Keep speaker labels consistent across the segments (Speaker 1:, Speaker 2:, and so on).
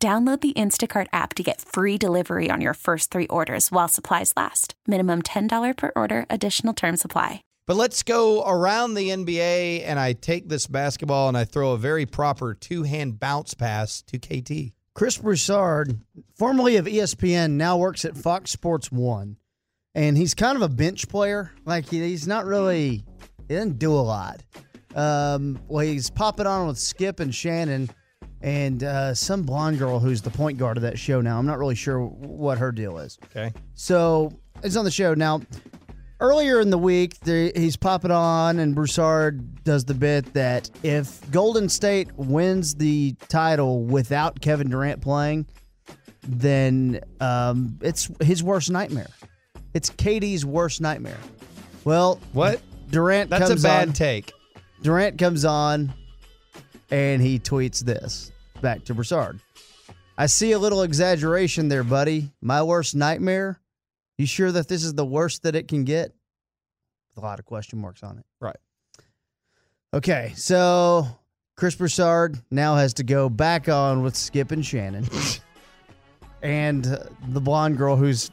Speaker 1: Download the Instacart app to get free delivery on your first three orders while supplies last. Minimum $10 per order, additional term supply.
Speaker 2: But let's go around the NBA, and I take this basketball and I throw a very proper two hand bounce pass to KT.
Speaker 3: Chris Broussard, formerly of E ESPN, now works at Fox Sports One, and he's kind of a bench player. Like he, he's not really, he doesn't do a lot. Um, well, he's popping on with Skip and Shannon, and uh, some blonde girl who's the point guard of that show now. I'm not really sure what her deal is.
Speaker 2: Okay.
Speaker 3: So it's on the show now. Earlier in the week, the, he's popping on, and Broussard does the bit that if Golden State wins the title without Kevin Durant playing, then um, it's his worst nightmare. It's KD's worst nightmare. Well,
Speaker 2: What?
Speaker 3: Durant
Speaker 2: That's a
Speaker 3: comes
Speaker 2: bad
Speaker 3: on,
Speaker 2: take.
Speaker 3: Durant comes on and he tweets this back to Broussard. I see a little exaggeration there, buddy. My worst nightmare. You sure that this is the worst that it can get? With a lot of question marks on it.
Speaker 2: Right.
Speaker 3: Okay, so Chris Broussard now has to go back on with Skip and Shannon and uh, the blonde girl who's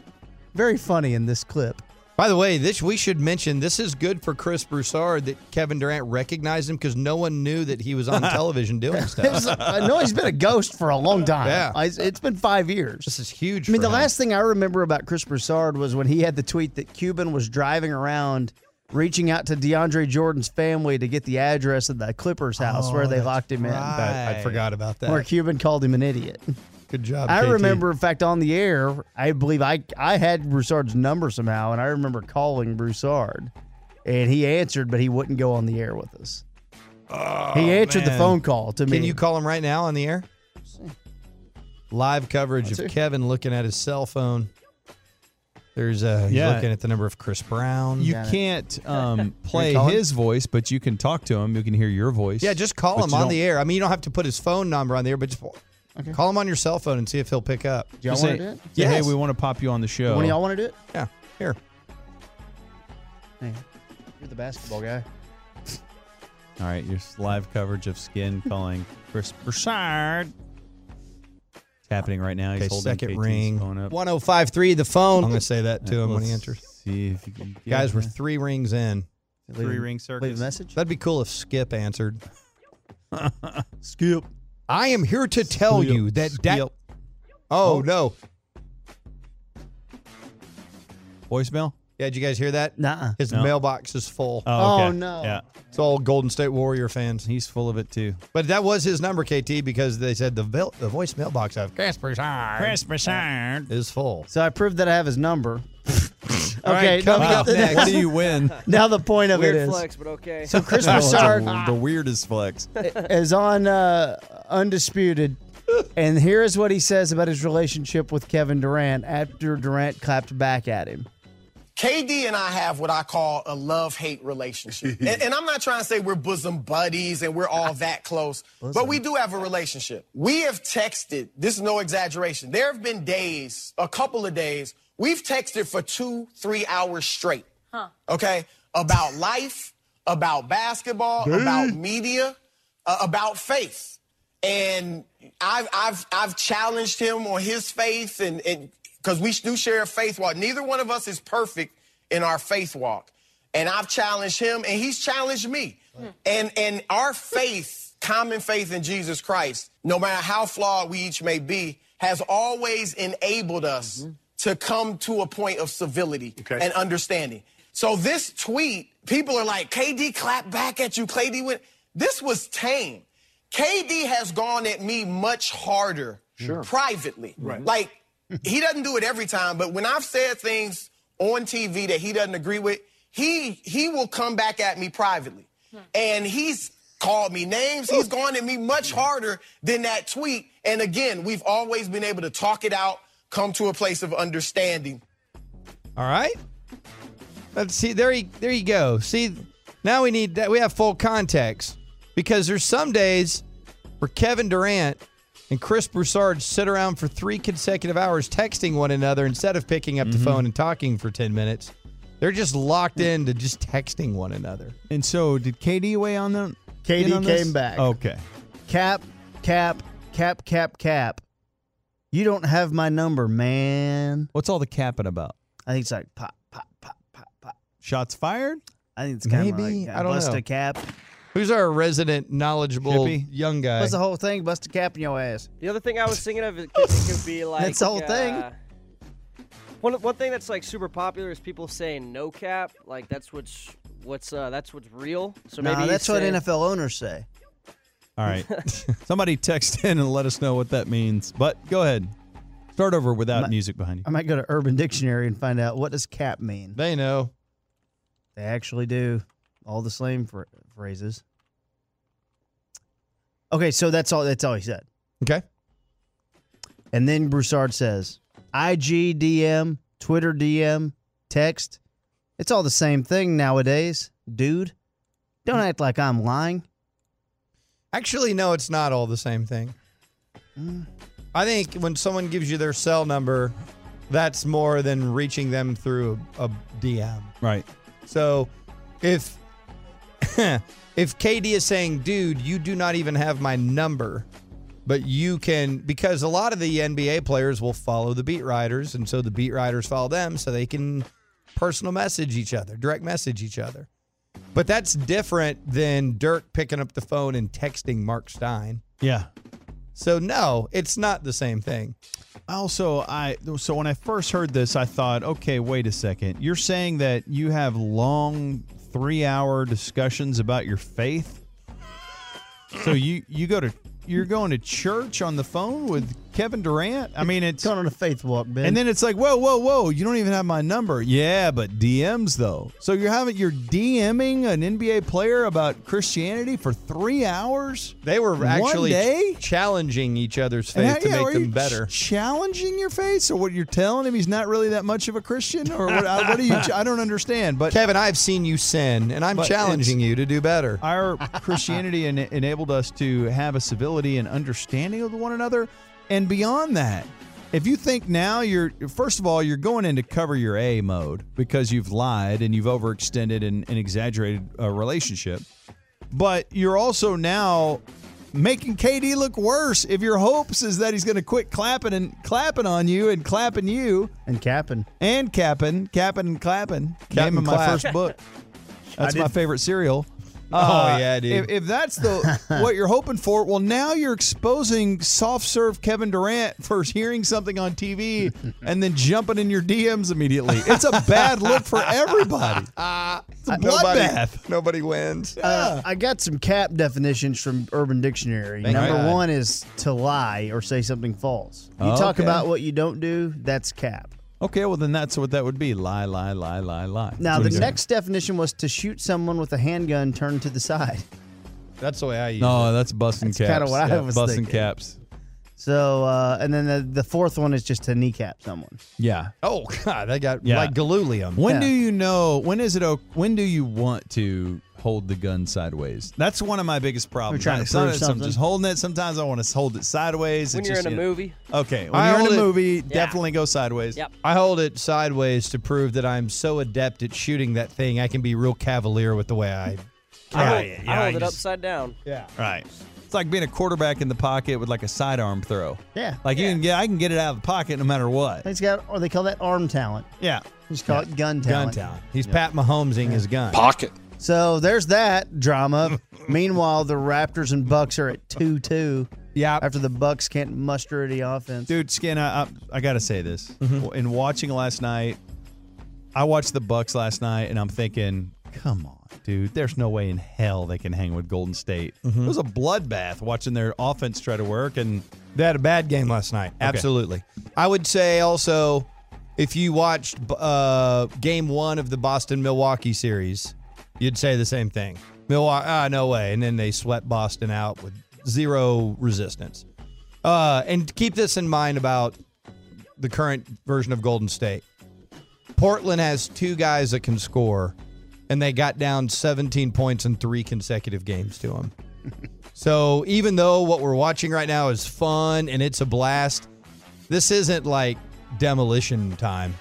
Speaker 3: very funny in this clip.
Speaker 2: By the way, this we should mention this is good for Chris Broussard that Kevin Durant recognized him because no one knew that he was on television doing stuff.
Speaker 3: I know he's been a ghost for a long time.
Speaker 2: Yeah.
Speaker 3: I- it's been five years.
Speaker 2: This is huge.
Speaker 3: I mean,
Speaker 2: for him.
Speaker 3: the last thing I remember about Chris Broussard was when he had the tweet that Cuban was driving around, reaching out to DeAndre Jordan's family to get the address of the Clippers house where they locked him
Speaker 2: Oh, That- I forgot about
Speaker 3: in, where
Speaker 2: that.
Speaker 3: Cuban called him an idiot.
Speaker 2: Good job.
Speaker 3: I
Speaker 2: KT.
Speaker 3: remember, in fact, on the air, I believe I I had Broussard's number somehow, and I remember calling Broussard, and he answered, but he wouldn't go on the air with us. he answered the
Speaker 2: Oh, man.
Speaker 3: phone call to me.
Speaker 2: Can you call him right now on the air? Live coverage of
Speaker 3: Let's see.
Speaker 2: Kevin looking at his cell phone. There's uh, he's
Speaker 4: Yeah.
Speaker 2: looking at the number of Chris Brown.
Speaker 4: You
Speaker 3: Got it.
Speaker 4: can't um, play
Speaker 3: Colin?
Speaker 4: his voice, but you can talk to him. You can hear your voice.
Speaker 2: yeah, just call
Speaker 4: But
Speaker 2: him
Speaker 4: you
Speaker 2: on
Speaker 4: don't-
Speaker 2: the air. I mean, you don't have to put his phone number on the air, but just call him on your cell phone and see if he'll pick up.
Speaker 3: Do y'all
Speaker 4: just
Speaker 3: want
Speaker 4: say,
Speaker 3: to do it?
Speaker 4: say,
Speaker 2: Yes.
Speaker 4: hey, we want to pop you on the show.
Speaker 3: One of y'all want to do it?
Speaker 2: Yeah, here.
Speaker 3: Hey, you're the basketball guy.
Speaker 4: All right, your live coverage of Skin calling Chris Broussard. It's happening right now. He's
Speaker 2: Okay,
Speaker 4: holding
Speaker 2: second
Speaker 4: KT's
Speaker 2: ring.
Speaker 4: phone up.
Speaker 2: 1053, the phone. I'm going to say that to him when he
Speaker 4: Let's
Speaker 2: enters.
Speaker 4: See if you can,
Speaker 2: Guys, we're three rings in.
Speaker 4: Three ring circus.
Speaker 3: Leave a message.
Speaker 2: That'd be cool if Skip answered.
Speaker 4: Skip.
Speaker 2: I am here to tell
Speaker 4: Skip.
Speaker 2: you that that.
Speaker 4: Skip.
Speaker 2: Oh, no.
Speaker 4: Voicemail?
Speaker 2: Yeah, did you guys hear that?
Speaker 3: Nuh-uh.
Speaker 2: His
Speaker 4: No.
Speaker 2: mailbox is full.
Speaker 3: Oh,
Speaker 4: okay.
Speaker 3: no.
Speaker 4: Yeah.
Speaker 2: It's all Golden State Warrior fans.
Speaker 4: He's full of it too.
Speaker 2: But that was his number, KT, because they said the vel- the voice mailbox of Chris Broussard
Speaker 4: Broussard.
Speaker 2: is full.
Speaker 3: So I proved that I have his number. okay,
Speaker 2: coming
Speaker 3: now-
Speaker 2: up next.
Speaker 4: What do you win?
Speaker 3: now the point of it
Speaker 5: Weird
Speaker 3: is
Speaker 5: flex, but okay.
Speaker 3: so Chris
Speaker 4: That was
Speaker 3: Broussard
Speaker 4: the- the weirdest flex.
Speaker 3: is on uh, Undisputed, and here is what he says about his relationship with Kevin Durant after Durant clapped back at him.
Speaker 6: KD and I have what I call a love hate relationship. and, and I'm not trying to say we're bosom buddies and we're all that close, but we do have a relationship. We have texted, this is no exaggeration. There have been days, a couple of days, we've texted for two, three hours straight. Okay? About life, about basketball, about media, uh, about faith and I've I've I've challenged him on his faith, and and because we do share a faith walk. Neither one of us is perfect in our faith walk, and I've challenged him, and he's challenged me, and and our faith, common faith in Jesus Christ, no matter how flawed we each may be, has always enabled us to come to a point of civility and understanding. So this tweet, people are like, KD clap back at you, KD went. This was tame. KD has gone at me much harder privately. Right. Like, he doesn't do it every time, but when I've said things on TV that he doesn't agree with, he he will come back at me privately. And he's called me names. He's gone at me much harder than that tweet. And again, we've always been able to talk it out, come to a place of understanding.
Speaker 2: All right. Let's see. There you there you go. See, now we need that. We have full context because there's some days where Kevin Durant and Chris Broussard sit around for three consecutive hours texting one another instead of picking up the
Speaker 4: Mm-hmm.
Speaker 2: phone and talking for ten minutes. They're just locked into just texting one another.
Speaker 4: And so, did KD weigh on them?
Speaker 3: KD
Speaker 4: in on this?
Speaker 3: came back.
Speaker 4: Okay.
Speaker 3: Cap, cap, cap, cap, cap. You don't have my number, man.
Speaker 4: What's all the capping about?
Speaker 3: I think it's like pop, pop, pop, pop, pop.
Speaker 4: Shots fired?
Speaker 3: I think it's kind of
Speaker 2: Maybe.
Speaker 3: like
Speaker 2: I
Speaker 3: uh,
Speaker 2: don't
Speaker 3: bust
Speaker 2: know.
Speaker 3: a cap.
Speaker 2: Who's our resident knowledgeable
Speaker 4: Shippy?
Speaker 2: young guy?
Speaker 3: What's the whole thing? Bust a cap in your ass.
Speaker 5: The other thing I was thinking of is could, it could be like
Speaker 3: That's the whole thing.
Speaker 5: uh, One one thing that's like super popular is people saying no cap. Like that's what's what's uh that's what's real. So maybe
Speaker 3: nah,
Speaker 5: you
Speaker 3: that's what
Speaker 5: say-
Speaker 3: NFL owners say.
Speaker 4: All right. Somebody text in and let us know what that means. But go ahead. Start over without music behind you.
Speaker 3: I might go to Urban Dictionary and find out what does cap mean.
Speaker 2: they know.
Speaker 3: They actually do all the same phr- phrases. Okay, so that's all. That's all he said.
Speaker 2: Okay.
Speaker 3: And then Broussard says, IG DM, Twitter DM, text. It's all the same thing nowadays, dude. Don't act like I'm lying.
Speaker 2: Actually, no, it's not all the same thing. I think when someone gives you their cell number, that's more than reaching them through a, a DM.
Speaker 4: Right.
Speaker 2: So if if KD is saying, "Dude, you do not even have my number," but you can because a lot of the NBA players will follow the beat writers, and so the beat writers follow them, so they can personal message each other, direct message each other. But that's different than Dirk picking up the phone and texting Mark Stein.
Speaker 4: Yeah.
Speaker 2: So no, it's not the same thing.
Speaker 4: Also, I so when I first heard this, I thought, okay, wait a second. You're saying that you have long three-hour discussions about your faith. So you you go to you're going to church on the phone with Kevin Durant. I mean, it's
Speaker 3: Going on a faith walk, Ben.
Speaker 4: and then it's like, whoa, whoa, whoa! You don't even have my number. Yeah, but DMs though. So you're having you're DMing an NBA player about Christianity for three hours.
Speaker 2: They were
Speaker 4: One
Speaker 2: actually ch-
Speaker 4: day?
Speaker 2: challenging each other's
Speaker 4: And
Speaker 2: faith
Speaker 4: how-
Speaker 2: to
Speaker 4: yeah,
Speaker 2: make
Speaker 4: are
Speaker 2: them
Speaker 4: you
Speaker 2: better.
Speaker 4: ch- Challenging your faith, or what you're telling him he's not really that much of a Christian, or what? I, what do you? I don't understand. But
Speaker 2: Kevin, I've seen you sin, and I'm
Speaker 4: But
Speaker 2: challenging you to do better.
Speaker 4: our Christianity en- enabled us to have a civility and understanding of one another, and beyond that. If you think now you're, first of all, you're going into cover your A mode because you've lied and you've overextended and, and exaggerated a relationship. but you're also now making KD look worse if your hopes is that he's going to quit clapping and clapping on you and clapping you
Speaker 3: and capping.
Speaker 4: and capping, capping and clapping.
Speaker 2: Cap
Speaker 4: Name
Speaker 2: and
Speaker 4: of my
Speaker 2: clap.
Speaker 4: first book. That's my favorite cereal.
Speaker 2: Oh, yeah, dude.
Speaker 4: Uh, If, if that's the what you're hoping for, well, now you're exposing soft serve Kevin Durant for hearing something on TV and then jumping in your DMs immediately. It's a bad look for everybody. It's a bloodbath.
Speaker 2: Nobody wins.
Speaker 3: Uh, I got some cap definitions from Urban Dictionary.
Speaker 2: Thank
Speaker 3: Number
Speaker 2: God.
Speaker 3: one is to lie or say something false. You talk
Speaker 4: Okay.
Speaker 3: about what you don't do, that's cap.
Speaker 4: Okay, well then that's what that would be. Lie, lie, lie, lie, lie.
Speaker 3: Now,
Speaker 4: That's what
Speaker 3: the
Speaker 4: he's
Speaker 3: next definition was to shoot someone with a handgun turned to the side.
Speaker 2: That's the way I use
Speaker 4: doing. No, that's busting
Speaker 3: That's
Speaker 4: caps.
Speaker 3: kinda what I was
Speaker 4: busting
Speaker 3: thinking.
Speaker 4: caps.
Speaker 3: So, uh, and then the, the fourth one is just to kneecap someone.
Speaker 4: Yeah.
Speaker 2: it. Oh God, they got
Speaker 4: Yeah.
Speaker 2: like galulium.
Speaker 4: When
Speaker 3: Yeah.
Speaker 4: do you know? When is it? o- When do you want to hold the gun sideways? That's one of my biggest problems.
Speaker 3: trying to
Speaker 4: It's not
Speaker 3: prove
Speaker 4: that I'm
Speaker 3: something.
Speaker 4: just holding it. Sometimes I want to hold it sideways.
Speaker 5: when
Speaker 4: It's
Speaker 5: you're
Speaker 4: just,
Speaker 5: in a
Speaker 4: you know-
Speaker 5: movie.
Speaker 4: Okay, when
Speaker 2: I
Speaker 4: you're
Speaker 2: hold
Speaker 4: in
Speaker 2: it-
Speaker 4: a movie, definitely go sideways.
Speaker 5: Yep.
Speaker 2: I hold it sideways to prove that I'm so adept at shooting that thing. I can be real cavalier with the way I.
Speaker 5: I hold,
Speaker 4: yeah,
Speaker 5: I
Speaker 4: yeah,
Speaker 5: hold
Speaker 4: you
Speaker 5: it
Speaker 4: just-
Speaker 5: upside down.
Speaker 2: Yeah.
Speaker 4: Right. It's like being a quarterback in the pocket with like a sidearm throw.
Speaker 3: Yeah.
Speaker 4: Like you can get, I can get it out of the pocket no matter what.
Speaker 3: He's got, or they call that arm talent.
Speaker 4: Yeah.
Speaker 3: Just call it gun
Speaker 2: Gun
Speaker 3: talent.
Speaker 2: town. He's Pat Mahomesing his gun.
Speaker 3: So there's that drama. Meanwhile, the Raptors and Bucks are at two-two
Speaker 2: Yeah.
Speaker 3: after the Bucks can't muster any offense.
Speaker 4: dude skin i i, I gotta say this
Speaker 7: Mm-hmm.
Speaker 4: in watching last night i watched the bucks last night and i'm thinking come on dude there's no way in hell they can hang with golden state
Speaker 7: Mm-hmm.
Speaker 4: it was a bloodbath watching their offense try to work and
Speaker 2: They had a bad game last night. Absolutely. I would say also, if you watched uh, game one of the Boston Milwaukee series, you'd say the same thing. Milwaukee, ah, no way. And then they swept Boston out with zero resistance. Uh, and keep this in mind about the current version of Golden State. Portland has two guys that can score, and they got down 17 points in three consecutive games to them. so even though what we're watching right now is fun and it's a blast, this isn't like demolition time.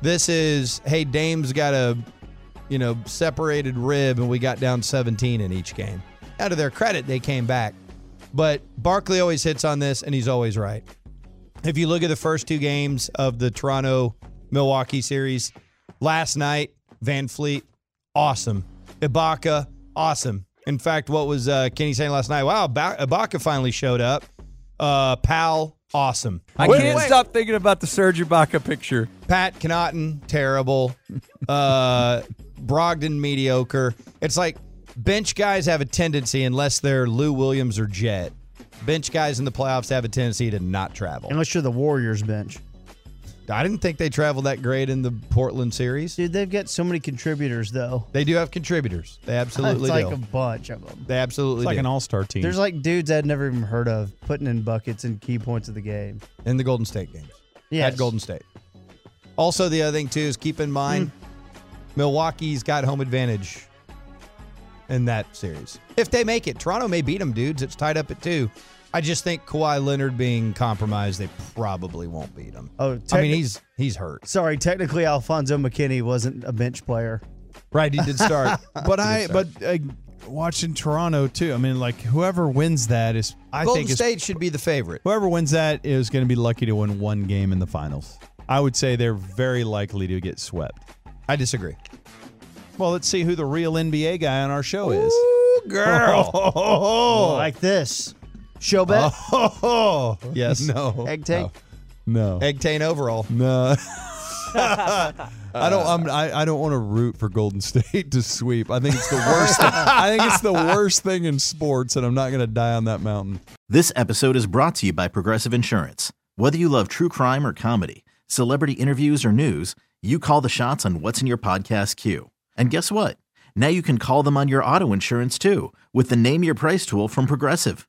Speaker 2: This is, hey, Dame's got a, you know, separated rib, and we got down 17 in each game. Out of their credit, they came back. But Barkley always hits on this, and he's always right. If you look at the first two games of the Toronto Milwaukee series, last night, Van Fleet, awesome. Ibaka, awesome. In fact, what was uh, Kenny saying last night? Wow, ba- Ibaka finally showed up. Uh, Powell, awesome.
Speaker 7: I can't stop thinking about the Serge Ibaka picture.
Speaker 2: Pat Connaughton, terrible. Uh, Brogdon, mediocre. It's like bench guys have a tendency, unless they're Lou Williams or Jet, bench guys in the playoffs have a tendency to not travel.
Speaker 3: Unless you're the Warriors bench.
Speaker 2: I didn't think they traveled that great in the Portland series.
Speaker 3: Dude, they've got so many contributors, though.
Speaker 2: They do have contributors. They absolutely
Speaker 3: it's like
Speaker 2: do.
Speaker 3: a bunch of them.
Speaker 2: they absolutely
Speaker 4: It's like
Speaker 2: do.
Speaker 4: an all star team.
Speaker 3: There's like dudes I'd never even heard of putting in buckets in key points of the game.
Speaker 2: in the Golden State games.
Speaker 3: Yes.
Speaker 2: At Golden State. Also, the other thing, too, is keep in mind Milwaukee's got home advantage in that series. If they make it, Toronto may beat them, dudes. It's tied up at two. I just think Kawhi Leonard being compromised, they probably won't beat him.
Speaker 3: Oh,
Speaker 2: I mean,
Speaker 3: techni-
Speaker 2: he's he's hurt.
Speaker 3: Sorry, technically Alfonso McKinney wasn't a bench player.
Speaker 2: Right, he did start.
Speaker 4: but I but uh, watching Toronto too. I mean, like whoever wins that is I
Speaker 2: Golden
Speaker 4: think is
Speaker 2: State should be the favorite.
Speaker 4: Whoever wins that is going to be lucky to win one game in the finals. I would say they're very likely to get swept.
Speaker 2: I disagree.
Speaker 4: Well, let's see who the real NBA guy on our show is.
Speaker 2: Ooh, girl.
Speaker 4: Oh,
Speaker 3: Like this. Show bet.
Speaker 2: yes. No.
Speaker 3: egg tank.
Speaker 4: no,
Speaker 2: Egg-tain overall.
Speaker 4: no.
Speaker 2: Uh,
Speaker 4: I don't. I'm, I, I don't want to root for Golden State to sweep. I think it's the worst. thing- I think it's the worst thing in sports, and I'm not going to die on that mountain.
Speaker 8: This episode is brought to you by Progressive Insurance. Whether you love true crime or comedy, celebrity interviews or news, you call the shots on what's in your podcast queue. And guess what? Now you can call them on your auto insurance too with the Name Your Price tool from Progressive.